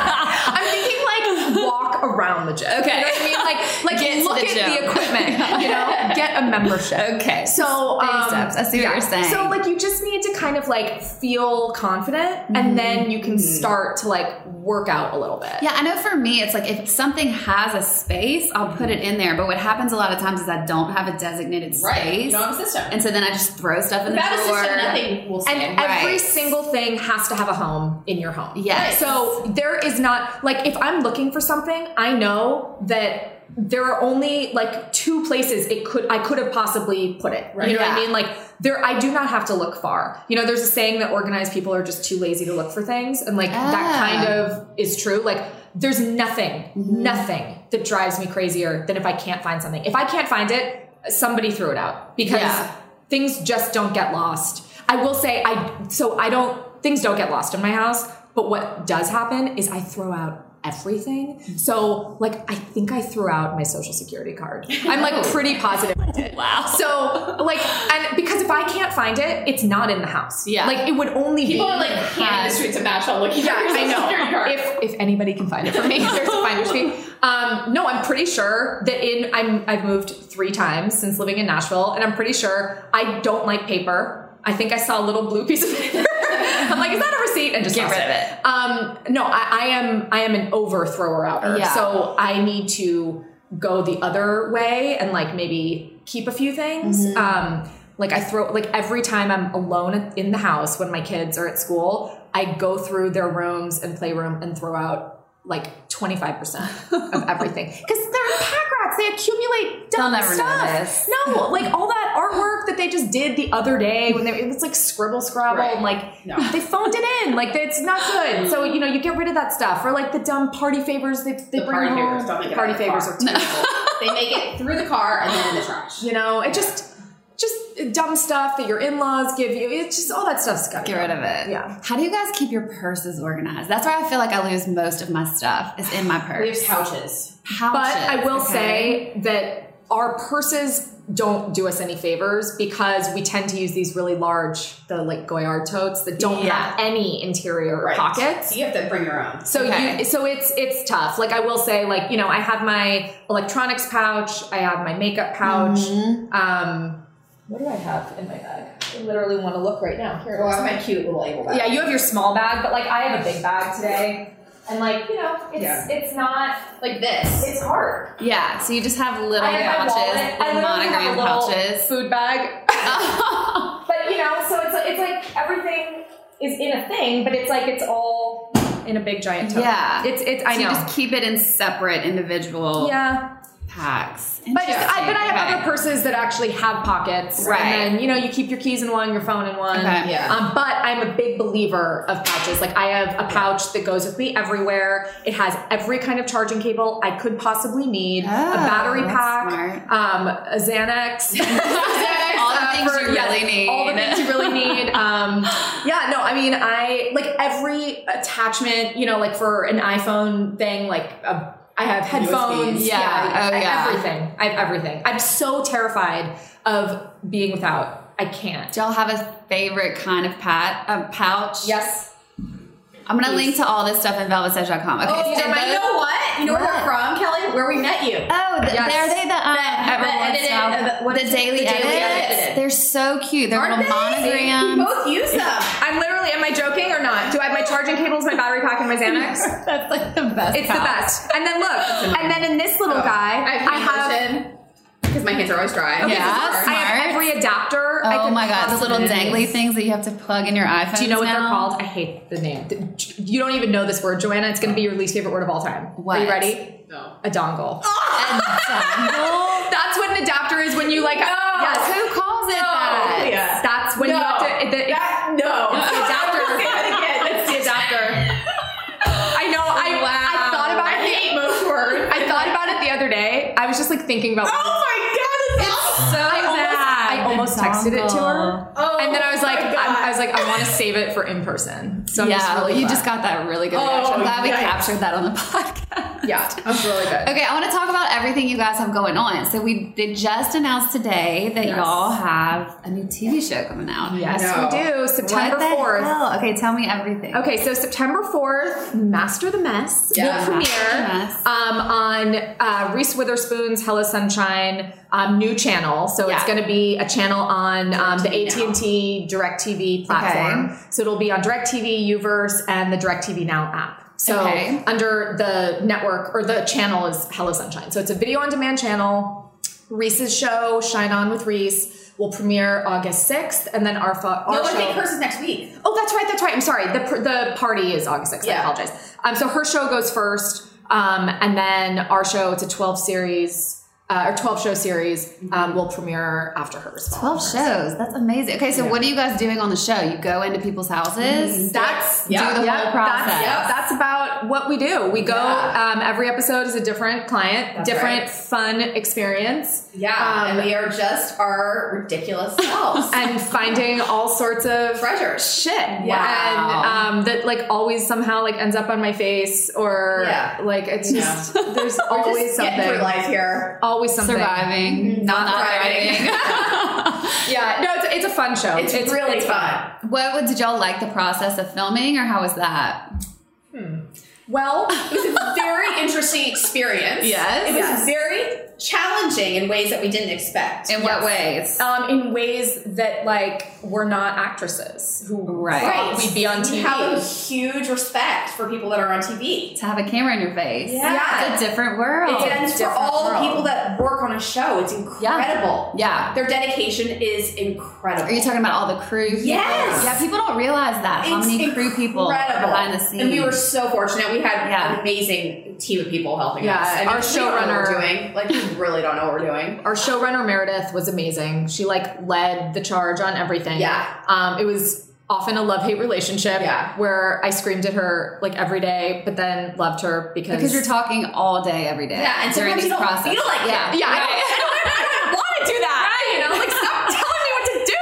I'm thinking like walk around the gym. Okay. You know what I mean? Like like Get to look the at gym. the equipment, you know? Get a membership. Okay. So Baby um, steps. I see what you're saying. So like you just need to kind of like feel confident Mm-hmm. and then you can start to like work out a little bit. Yeah, I know for me, it's like if something has a space, I'll put it in there. But what happens a lot of times is I don't have a designated space. Right. You don't have a system. And so then I just throw stuff in the Without a drawer. system, nothing will And stand. every Right. single thing has to have a home in your home. Yes. So there is not like if I'm looking for something, I know that there are only like two places it could I could have possibly put it. You know what Yeah. I mean? Like there I do not have to look far. You know, there's a saying that organized people are just too lazy to look for things and like Ah. that kind of is true. Like there's nothing, nothing that drives me crazier than if I can't find something. If I can't find it, somebody threw it out because Yeah. things just don't get lost. I will say I so I don't things don't get lost in my house, but what does happen is I throw out everything. So like I think I threw out my social security card. I'm like pretty positive. wow. So like and because if I can't find it, it's not in the house. Yeah. Like it would only People be are like had- handing the streets of Nashville looking yeah, for your I social security know. card. If if anybody can find it for me, there's a Oh. finder's fee. Um, no, I'm pretty sure that in I'm I've moved three times since living in Nashville, and I'm pretty sure I don't like paper. I think I saw a little blue piece of paper. I'm like, is that a receipt? And just Get tossed rid of it. Um, no, I, I am I am an over thrower outer. Yeah. So I need to go the other way and like maybe keep a few things. Mm-hmm. Um, like I throw like every time I'm alone in the house when my kids are at school, I go through their rooms and playroom and throw out like 25% of everything because they're pack rats they accumulate dumb They'll never stuff notice. no like all that artwork that they just did the other day when they it was like scribble scrabble Right. and like No. they phoned it in like it's not good so you know you get rid of that stuff or like the dumb party favors they, they the bring party home favors don't make it party out of the favors car. are terrible they make it through the car and then in the trash. you know it just just dumb stuff that your in-laws give you it's just all that stuff's got Get rid of it. Yeah. How do you guys keep your purses organized? That's where I feel like I lose most of my stuff is in my We have purse. couches. Pouches, But I will okay? say that our purses don't do us any favors because we tend to use these really large, the like Goyard totes that don't Yeah. have any interior Right. pockets. So you have to bring your own. So Okay. you, so it's it's tough. Like I will say, like you know, I have my electronics pouch, I have my makeup pouch. Mm-hmm. Um, what do I have in my bag? I literally want to look right now. Here, it Or is. have my cute little label bag. Yeah, you have your small bag, but like I have a big bag today, and like you know, it's Yeah. it's not Like this. it's hard. Yeah, so you just have little I have my pouches, wallet. I little literally have monogram a little pouches. Oh. food bag. but you know, so it's it's like everything is in a thing, but it's like it's all in a big giant. tote. Yeah. it's it's. I so know. you just keep it in separate individual yeah, packs. but just, I, but I have Interesting. other purses that actually have pockets, Right. And then you know, you keep your keys in one, your phone in one. Okay. Yeah. Um, but I'm a big believer of pouches. Like I have a pouch that goes with me everywhere. It has every kind of charging cable I could possibly need. Oh, a battery that's pack, smart. um, a Xanax. Xanax, all the uh, things you yes, really need. All the things you really need. Um, yeah, no, I mean, I like every attachment. You know, like for an iPhone thing, like uh, I have headphones. Yeah. Oh, I- I- yeah. everything. I have everything. I'm so terrified of being without. I can't. Do y'all have a favorite kind of pat, um, pouch? Yes. I'm gonna link to all this stuff in velvetsedge.com. Okay, Oh, so and I those- know what? You know where What? we're from, Kelly? Where we met you. Oh, th- Yes. they're they the um, everyone edited- style- uh, the- what the is it? daily The daily edits. edit. They're so cute. They're Aren't little they? We monograms. both use them. I'm literally. Am I joking or not? Do I have my charging cables, my battery pack, and my Xanax? That's like the best. It's the best. And then look, and then in this Oh. little guy, I have because my hands are always dry. Okay, This is yeah, hard. I have Smart. every adapter. I Oh could my god, those little possibly- dangly things that you have to plug in your iPhone. Do you know what they're now? called? I hate the name. Th- You don't even know this word, Joanna. It's going to be your least favorite word of all time. What? Are you ready? No. A dongle. A dongle? That's what an adapter is when you like. Yes. Who calls it that? Yeah. That's when you have to. The, That- no. It's the adapter. Say that again. it's the adapter. I know. I, I thought about Um, I it. hate most words. I thought about it the other day. I was just like thinking about. Oh my god, that's awesome. So bad. I almost, I almost texted it to her, Oh and then I was like, my God. I, I was like, I want to save it for in person. So I'm just yeah, really you glad. just got that really good reaction. I'm glad we yikes. captured that on the podcast. yeah, that's really good. Okay, I want to talk about everything you guys have going on. So we did just announced today that y'all have a new TV show coming out. Yes, No. we do. September What the 4th. hell? Okay, tell me everything. Okay, so September 4th, Master the Mess Yeah. will premiere Master the Mess. um, on uh, Reese Witherspoon's Hello Sunshine um, new channel. So it's Yeah. going to be a channel on um, the DirecTV now. AT&T DirecTV platform. So it'll be on DirecTV, Uverse, and the DirecTV Now app. So Okay. under the network or the channel is Hello Sunshine. So it's a video on demand channel. Reese's show, Shine On with Reese, will premiere August 6th. And then our, fo- our No, I show. think hers is next week. Oh, that's right. That's right. I'm sorry. The pr- the party is August 6th. I Yeah. apologize. Um, so her show goes first, um, and then our show. It's a 12 series uh, or 12 show series. Mm-hmm. Um, will premiere after hers. 12 shows. That's amazing. Okay, so what are you guys doing on the show? You go into people's houses? That's Yeah. Do the whole process. That's, that's about what we do. We go. Yeah. Um, every episode is a different client, That's different right. fun experience. Yeah, Um, and we are just our ridiculous selves. and finding all sorts of Treasures. shit. Wow. And um, that like always somehow like ends up on my face or Yeah. like it's Yeah. just there's We're always just something. getting through life here. Always something. Mm-hmm. Surviving. Uh, Not, not thriving. thriving. Yeah. No, it's, it's a fun show. It's, really fun. What would- did y'all like the process of filming or how was that? Well, It was a very interesting experience. Yes. It was Yes. very challenging in ways that we didn't expect. In what ways? um, in ways that like we're not actresses who Right. thought we'd be on We TV. have a huge respect for people that are on TV. To have a camera in your face. Yeah. It's a different world. It's and for different all world. the people that work on a show, it's incredible. Yeah. Their dedication is incredible. Are you talking about all the crew? people? Yes. Yeah, people don't realize that. how It's many crew people are incredible. behind the scenes. And we were so fortunate. We had Yeah. an amazing team of people helping Yeah, us. I mean, our we don't know what showrunner- we're doing. Like we really don't know what we're doing. our showrunner Meredith was amazing. She like led the charge on everything. Yeah. Um, it was often a love hate relationship. Yeah. Where I screamed at her like every day, but then loved her because because you're talking all day every day. Yeah, and during sometimes these you don't processes. feel like yeah. yeah. I don't, want to do that. Right. You know, like stop telling me what to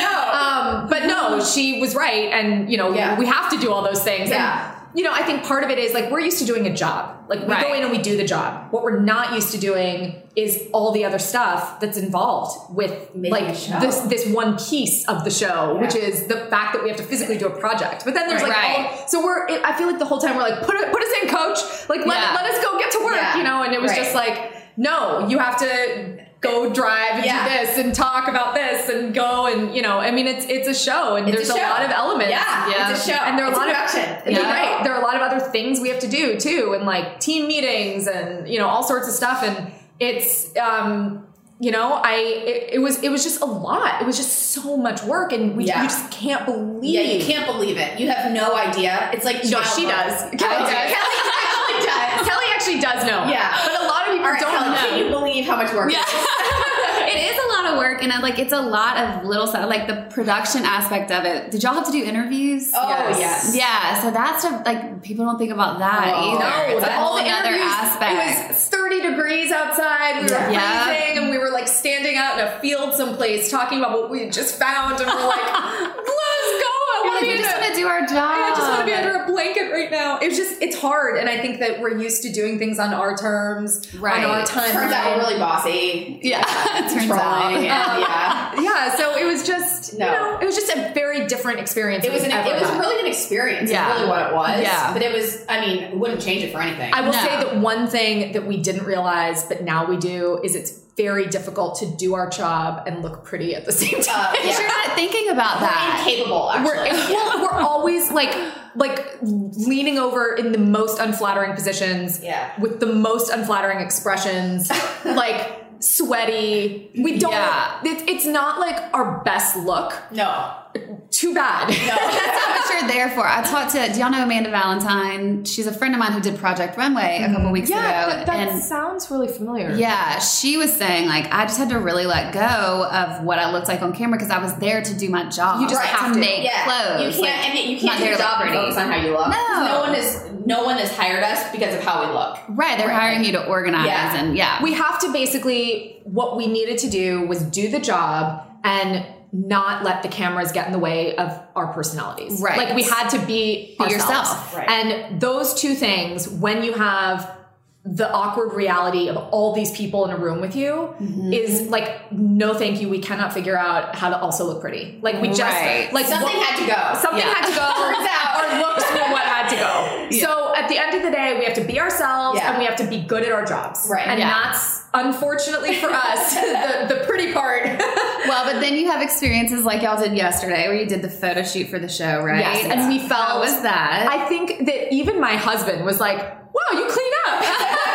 do. I Um, but no, she was right, and you know Yeah. we have to do all those things. And, Yeah. you know, I think part of it is like we're used to doing a job. Like we Right. go in and we do the job. What we're not used to doing is all the other stuff that's involved with Making a like show. this this one piece of the show, which is the fact that we have to physically do a project. But then there's like Right. all, so we're it, I feel like the whole time we're like put it, put us in, coach. Like let, Yeah. let us go get to work, Yeah. you know. And it was Right. just like no, you have to go drive and Yeah. do this and talk about this and go and you know I mean it's it's a show and It's there's a a, show. lot of elements Yeah, Yeah. it's a show. and there are It's a lot a of production. and It's there- great. There are a lot of other things we have to do too, and like team meetings and you know all sorts of stuff. And it's um, you know I it, it was it was just a lot. It was just so much work, and we Yeah. you just can't believe. Yeah, you can't believe it. You have no idea. It's like No, childbirth. she does. Kelly Kelly does. Kelly actually does. Kelly actually does know. Yeah. but a lot of people All right, don't Kelly, know. can you believe how much work? it is? it is a lot of work, and I, like it's a lot of little stuff, like the production aspect of it. Did y'all have to do interviews? Oh Yes. Oh, yes. Yeah, so that's a, like people don't think about that No, either. It's the- a whole other interviews, aspect. It was 30 degrees outside. We were Yeah. freezing, and we were like standing up. in a field someplace talking about what we had just found, and we're like, let's go. I We're want like, to be we in just a- want to do our job. I just want to be under a blanket right now. It's just, it's hard. And I think that we're used to doing things on our terms, Right. on our time. Turns out we're really bossy. Yeah, it turns out. Trolling. and- yeah. yeah, so it was just, No. you know, it was just a very different experience. It was an, we've it ever was had. really an experience. Yeah. Is really what it was. Yeah. But it was. I mean, wouldn't change it for anything. I will No. say that one thing that we didn't realize, but now we do, is it's very difficult to do our job and look pretty at the Uh, same time. yeah. You're not thinking about We're that. incapable. Actually. We're, well, we're always like like leaning over in the most unflattering positions, Yeah. with the most unflattering expressions, like sweaty. We don't. Yeah. It's, it's not like our best look. no. Too bad. That's not what you're there for. I talked to, do y'all know Amanda Valentine? She's a friend of mine who did Project Runway a couple weeks Mm-hmm. yeah, ago. that, that and sounds really familiar. Yeah, she was saying like I just had to really let go of what I looked like on camera because I was there to do my job. You just Right, have to to. make Yeah. clothes. You can't. and you not can't do hair your job and liberty. focus on how you look. No. No one is. No one has hired us because of how we look. right, they're hiring you to organize Yeah. and yeah. we have to basically what we needed to do was do the job and not let the cameras get in the way of our personalities. Right. Like we had to be, Be ourselves. yourself. Right. And those two things, when you have the awkward reality of all these people in a room with you, is like, no, thank you. We cannot figure out how to also look pretty. Like we just Right. like Something what- had to go. Something Yeah. had to go. Our looks were what had to go. So at the end of the day, we have to be ourselves Yeah. and we have to be good at our jobs. Right. And Yeah. that's unfortunately for us the, the pretty part. well, but then you have experiences like y'all did yesterday where you did the photo shoot for the show, right? Yes, and we felt How was that? I think that even my husband was like, "Wow, you clean up."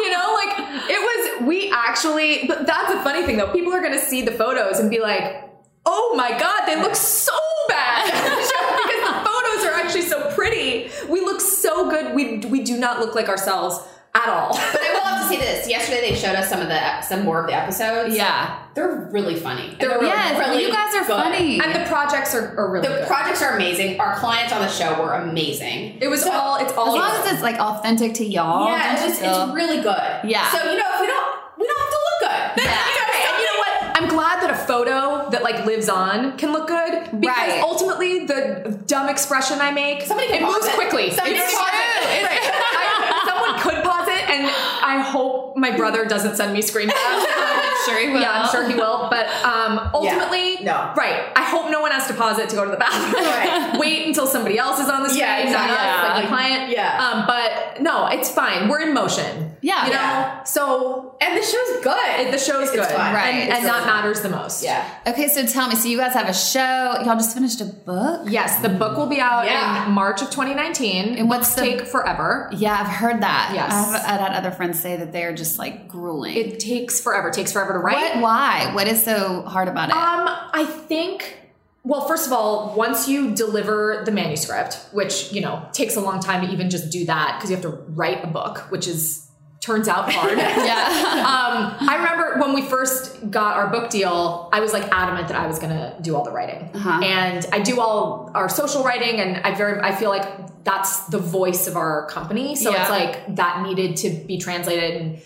you know, like it was. We actually, but that's a funny thing though. People are gonna see the photos and be like, "Oh my god, they look so bad." because the photos are actually so pretty. We look so good. We we do not look like ourselves at all. But I will have to say this. Yesterday they showed us some of the some more of the episodes. yeah. They're really funny. They're yes, you guys are good. funny. and the projects are, are really The good. projects are amazing. Our clients on the show were amazing. it was So- all. It's as all. long as it's like authentic to y'all. yeah, it's don't you just feel? it's really good. Yeah. So you know if we don't we don't have to look good. Yeah. You know, Okay, and you know what? I'm glad that a photo that like lives on can look good because Right. ultimately the dumb expression I make Somebody can it moves pause it. quickly. Somebody It's can pause true. it. It's- I- someone could pause it, and I hope my brother doesn't send me screenshots. I'm sure he will. Yeah, I'm sure he will. But um, ultimately, No. Right. I hope no one has to pause it to go to the bathroom. Right. Wait until somebody else is on the screen. Yeah, exactly. Not us, like Yeah. the client. Yeah. Um, but no, it's fine. We're in motion. Yeah. You know. Yeah. So and the show's good. it- the show's good, fun. Right. And, It's and really that fun. matters the most. yeah. Okay, so tell me, so you guys have a show, y'all just finished a book? Yes, the book will be out Yeah. in March of 2019. And what's Books the- take forever? Yeah, I've heard that. Yes. I've, I've had other friends say that they're just like grueling. It takes forever. It takes forever to what? write. Why? What is so hard about it? Um, I think. Well, first of all, once you deliver the manuscript, which you know takes a long time to even just do that because you have to write a book, which is turns out hard. yeah. um, I remember when we first got our book deal, I was like adamant that I was gonna do all the writing, Uh-huh. and I do all our social writing, and I very I feel like that's the voice of our company, so Yeah. it's like that needed to be translated, and,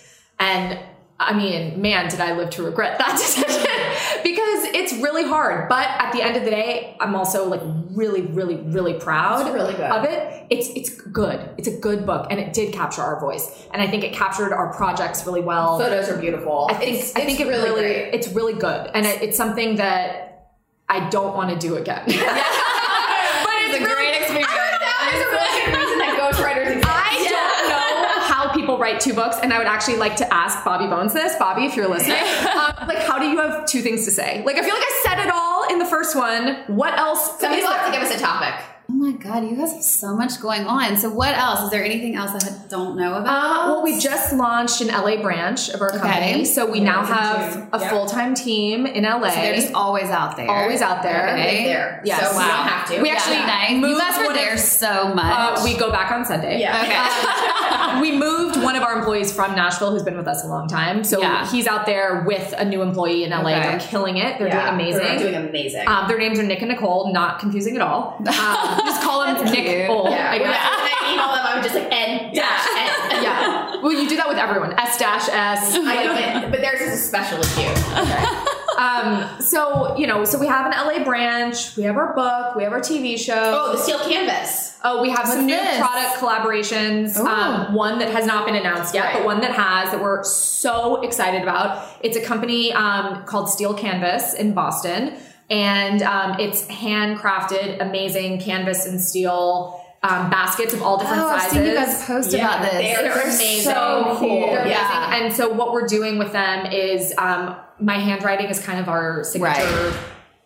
and I mean, man, did I live to regret that decision because it's really hard. But at the end of the day, I'm also like really, really, really proud It's really good. of it it, it's it's good. It's a good book, and it did capture our voice, and I think it captured our projects really well. Photos are beautiful. I think It's- I think it's it really great. it's really good, and it, it's something that I don't want to do again. but it's, really- experience. that is a really good reason that ghostwriters exist. I don't know how people write two books, and I would actually like to ask Bobby Bones this. Bobby, if you're listening, um, like, how do you have two things to say? Like, I feel like I said it all in the first one. What else? Somebody is will have there? to give us a topic. Oh my god, you guys have so much going on. So what else? Is there anything else I don't know about? Uh, well, we just launched an LA branch of our company, Okay. so we now have a full time team in LA. so they're just always out there. always out there. Okay. There. Yes. So we Wow. don't have to. We Yeah, actually nice. You moved guys were one of- there so much. Uh, we Uh, go back on Sunday. Yeah. okay. we moved one of our employees from Nashville who's been with us a long time. So Yeah. he's out there with a new employee in LA. Okay. They're killing it. They're Yeah, doing amazing. They're doing amazing. um, their names are Nick and Nicole, not confusing at all. Um, just call them Nick cute. Cole. yeah. I When guess. I email them, I'm just like N dash N. Yeah. Well, you do that with everyone. S dash S. I know it, but theirs is especially cute. Um, so you know, so we have an LA branch, we have our book, we have our TV show. Oh, the steel canvas. Oh, we have some new this? Oh. product collaborations. Um, one that has not been announced yet, but Right. one that has that we're so excited about. It's a company um, called Steel Canvas in Boston, and um, it's handcrafted, amazing canvas and steel um, baskets of all different Oh, I've sizes. seen you guys post about this. They are amazing. so cool. cute. They're Yeah. amazing. And so what we're doing with them is um, my handwriting is kind of our signature, Right.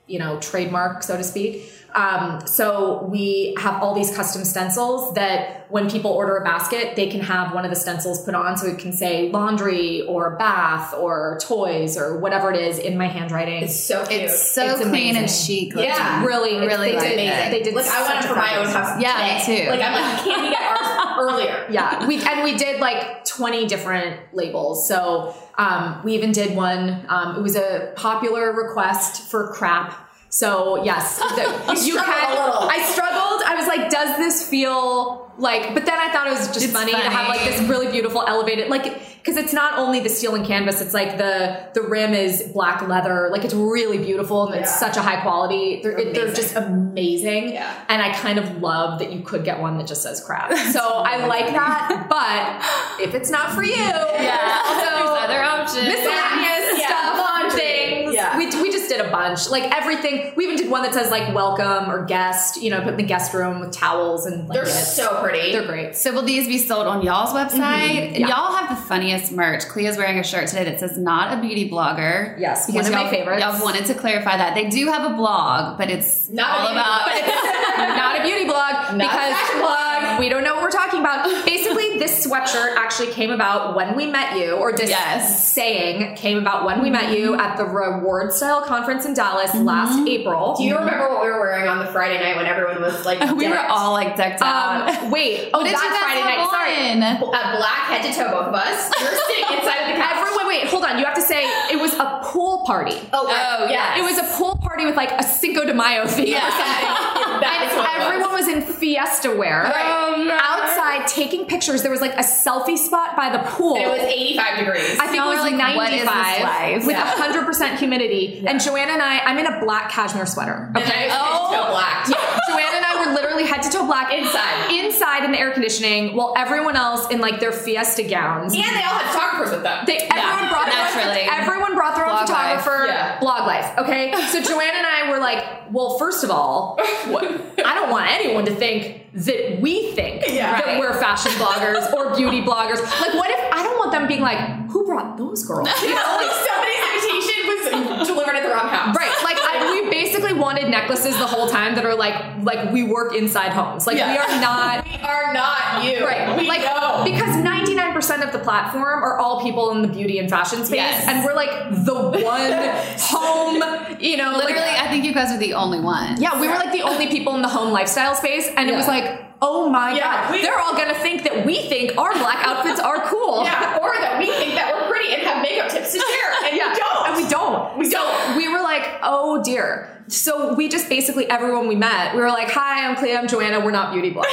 you know, trademark, so to speak. Um, so we have all these custom stencils that when people order a basket, they can have one of the stencils put on so it can say laundry or bath or toys or whatever it is in my handwriting. It's so cute. It's so It's clean and amazing. chic. Yeah. really, it's- really they like did, it. They did like I want such it a for my own fabulous house. Yeah, me today. too. Like I'm like, can we get ours earlier? yeah we and we did like 20 different labels so um, we even did one um, it was a popular request for crap so yes the- you struggled had a little. i struggled i was like does this feel like but then i thought it was just It's funny, to have like funny. this really beautiful elevated like because it's not only the steel and canvas it's like the the rim is black leather like it's really beautiful and it's Yeah. such a high quality they're, it- they're amazing. just amazing Yeah. and I kind of love that you could get one that just says crap. So I like that, but if it's not for you, yeah, also Other options. miscellaneous Yeah. stuff, Laundry. things. Yeah. We, we just did a bunch, like everything. We even did one that says like welcome or guest. You know, put in the guest room with towels and They're blankets. so pretty. they're great. So will these be sold on y'all's website? Mm-hmm. yeah. And y'all have the funniest merch. Clea's wearing a shirt today that says "Not a beauty blogger." Yes, one of my y'all- favorites. Y'all wanted to clarify that they do have a blog, but it's Not all a beauty- about but not a beauty blog Not a because fashion blog. We don't know what we're talking about. Basically, this sweatshirt actually came about when we met you, or this Yes. saying came about when we met you at the Reward Style Conference in Dallas last April. Mm-hmm. Do you remember what we were wearing on the Friday night when everyone was like, we were decked? all like decked out. Uh, um, wait. Oh, What did you that's guys Friday have night. Sorry. on? a black head to toe, both of us. We were sitting inside the couch. Everyone, wait, hold on. You have to say it was a pool party. Oh, Oh, yeah. It was a pool party with like a Cinco de Mayo theme or something. That is what it and was. everyone was "Oh, in fiesta wear. Right. Outside taking pictures. There was like a selfie spot by the pool. It was 85 degrees. I think it Y'all was were like like, what is this 95 life? with Yeah. 100% humidity. And Joanna and I, I'm in a black cashmere sweater. And I was Oh. head to toe black. Joanna and I were literally head to toe black Inside. inside in the air conditioning, while everyone else in like their fiesta gowns. And they all had photographers with them. They, everyone brought naturally. Their own, everyone brought their own Blog life, photographer. yeah. Blog life. Okay, so Joanne and I were like, well, first of all, what, I don't want anyone to think that we think Yeah. that Right. we're fashion bloggers or beauty bloggers. Like, what if I don't want them being like, who brought those girls? You know, like, Somebody's invitation was delivered at the wrong house. Right, like I, we basically wanted necklaces the whole time that are like like we work inside homes, like we Yeah. are not We are not you. Right. We like know. because 99% of the platform are all people in the beauty and fashion space Yes. and we're like the one home, you know, Literally, like I think you guys are the only one. yeah, we were like the only people in the home lifestyle space and it was like Oh my Yeah, god! we- They're all gonna think that we think our black outfits are cool. yeah, or that we think that we're pretty and have makeup tips to share, and Yeah. you don't. And we don't. We so don't. we were like, oh dear. So we just basically everyone we met, we were like, hi, I'm Clea, I'm Joanna. We're not beauty bloggers.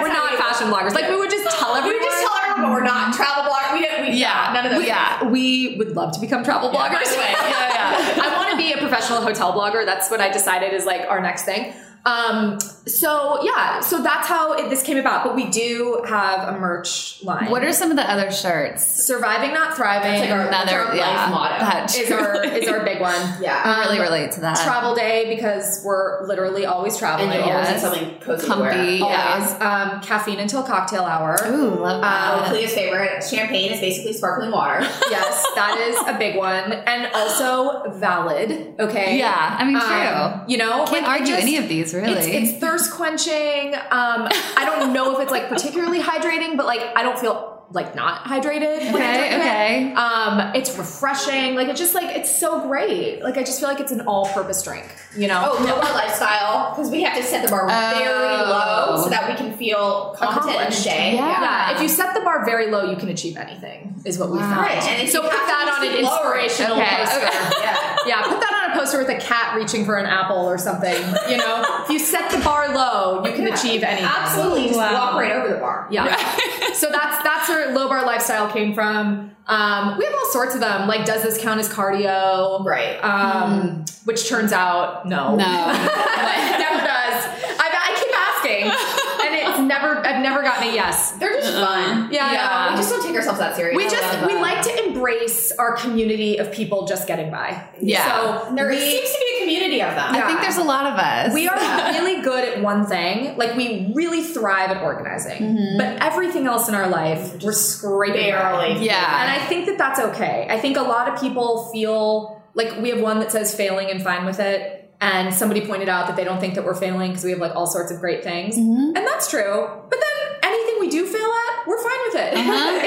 we're not fashion bloggers. Like we would just tell everyone. We just tell everyone, but we're not travel blog. We didn't. We, Yeah. none of those. yeah, we would love to become travel by bloggers. the way. yeah, yeah. I want to be a professional hotel blogger. That's what I decided is like our next thing. Um, so yeah, so that's how it, this came about. But we do have a merch line. What are some of the other shirts? surviving, not thriving? like our- that's Another our yeah, life motto. That is our is our big one. Yeah. I really Um, relate to that. travel day because we're literally always traveling. And you always yes. need something cozy Comfy, to wear. yeah. Always. Um, caffeine until cocktail hour. Ooh, love Uh, Oh. that. Clea's favorite champagne is basically sparkling water. yes, that is a big one, and also valid. Okay. Yeah, I mean, Um, You know, Can't like, it argue just- any of these, really. It's, it's thirst quenching. Um, I don't know if it's like particularly hydrating, but like I don't feel like not hydrated. when I Okay, drink it. okay. Um, it's refreshing. Like it's just like it's so great. Like I just feel like it's an all-purpose drink. You know. Oh, lower lifestyle because we have to set the bar very low so that we can feel competent Oh. in the Accomplished. day. Yeah. If you set the bar very low, you can achieve anything. Is what we Wow. found. Right, and if so you put have to that on an keep lower, inspirational okay, poster. Yeah. Yeah, put that on a poster starts with a cat reaching for an apple or something. You know, if you set the bar low, you can achieve anything. Absolutely, just Wow. walk right over the bar. Yeah. so that's that's where low bar lifestyle came from. Um, we have all sorts of them. Like, does this count as cardio? Right. Mm-hmm. Um, Which turns out no. No. it never does. I, I keep asking, and it's never. I've never gotten a yes. They're just fun. Yeah, yeah. We just don't take ourselves that serious. We just we like to embrace our community of people just getting by. Yeah. So And there we, seems to be a community of them. I think there's a lot of us. we are really good at one thing. Like we really thrive at organizing, but everything else in our life we're scraping barely. by. Yeah. And I think that that's okay. I think a lot of people feel like we have one that says failing and fine with it. And somebody pointed out that they don't think that we're failing because we have like all sorts of great things. And that's true. But then anything we do fail at, we're fine with it.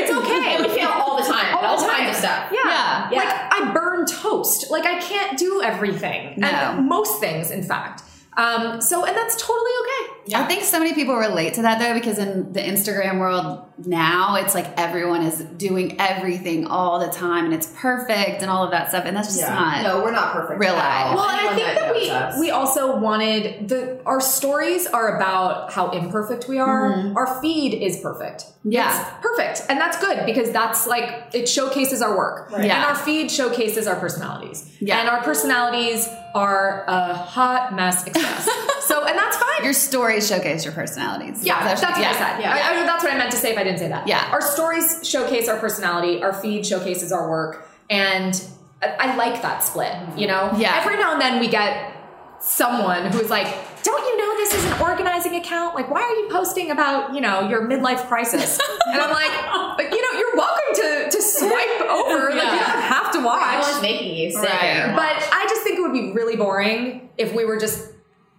it's okay. we fail all the time. All the all time. kinds of stuff. Yeah. Yeah. Like I burn toast. Like I can't do everything. No. And most things, in fact. Um, so and that's totally okay. I think so many people relate to that though, because in the Instagram world now, it's like everyone is doing everything all the time and it's perfect and all of that stuff. And that's just not. No, we're not perfect. Real at life. all. Well, and I Anyone think that knows we us. we also wanted the our stories are about how imperfect we are. Our feed is perfect. Yeah. It's perfect, and that's good because that's like it showcases our work, Yeah. and our feed showcases our personalities. Yeah. and our personalities are a hot mess express. so, and that's fine. Your stories showcase your personalities. Yeah, that's, what yeah. I said. Yeah. I- I- that's what I meant to say if I didn't say that. Yeah. Our stories showcase our personality, our feed showcases our work, and I, I like that split, you know? Yeah. Every now and then we get someone who's like, don't you know this is an organizing account? Like, why are you posting about, you know, your midlife crisis? and I'm like, but you know, you're welcome to, to swipe over. Like, you don't have to watch. no one's making you sit Right. there. But I just think it would be really boring if we were just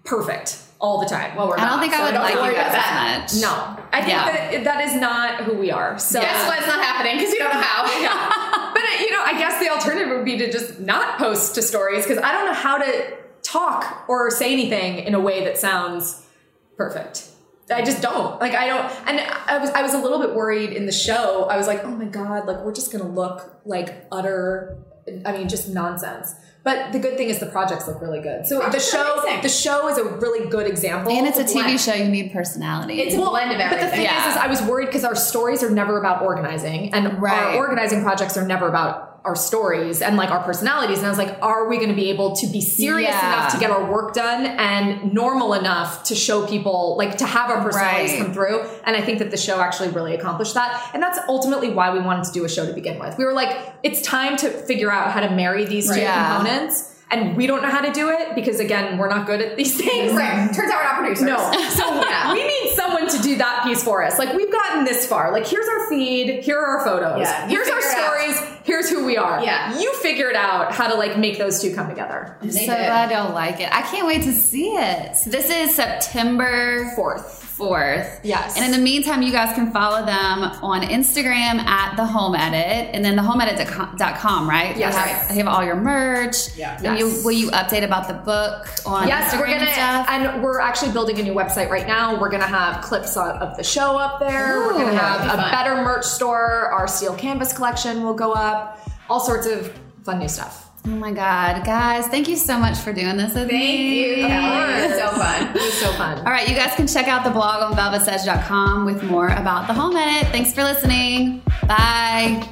perfect all the time. Well, we're I don't not, think so I would don't like worry you guys about that. that much. No, I think Yeah. that that is not who we are. So, Guess what's not happening because you don't know how. but uh, you know, I guess the alternative would be to just not post to stories because I don't know how to talk or say anything in a way that sounds perfect. I just don't like. I don't, and I was I was a little bit worried in the show. I was like, oh my god, like we're just gonna look like utter. I mean, just nonsense. But the good thing is the projects look really good. So the Projects are show, amazing. the show is a really good example. And it's a of TV show, you need personality. It's a blend of but the thing everything. Yeah. is, is I was worried because our stories are never about organizing, and our Right. organizing projects are never about our stories and like our personalities. And I was like, are we going to be able to be serious Yeah. enough to get our work done and normal enough to show people, like to have our personalities Right. come through? And I think that the show actually really accomplished that. And that's ultimately why we wanted to do a show to begin with. We were like, it's time to figure out how to marry these two Yeah. components. And we don't know how to do it because, again, we're not good at these things. Right. Turns out we're not producers. No. So we need someone to do that piece for us. Like we've gotten this far. Like here's our feed, here are our photos, Yeah, you here's our figure it stories, here's who we are. Yeah. You figured out how to like make those two come together. I'm so They did. glad y'all like it. I can't wait to see it. So this is September Fourth. 4th. Yes. And in the meantime, you guys can follow them on Instagram at the home edit and then the thehomeedit.com, right? Yes. You have, you have all your merch. Yeah. And you, will you update about the book on Yes, Instagram we're gonna and stuff? and we're actually building a new website right now. We're gonna have clips of, of the show up there. we're Ooh, gonna have that'd a be fun. better merch store. Our steel canvas collection will go up. All sorts of fun new stuff. oh my God. Guys, thank you so much for doing this with Thank me. you. That was so fun. It was so fun. All right, you guys can check out the blog on velvetsedge.com with more about the home edit. Thanks for listening. Bye.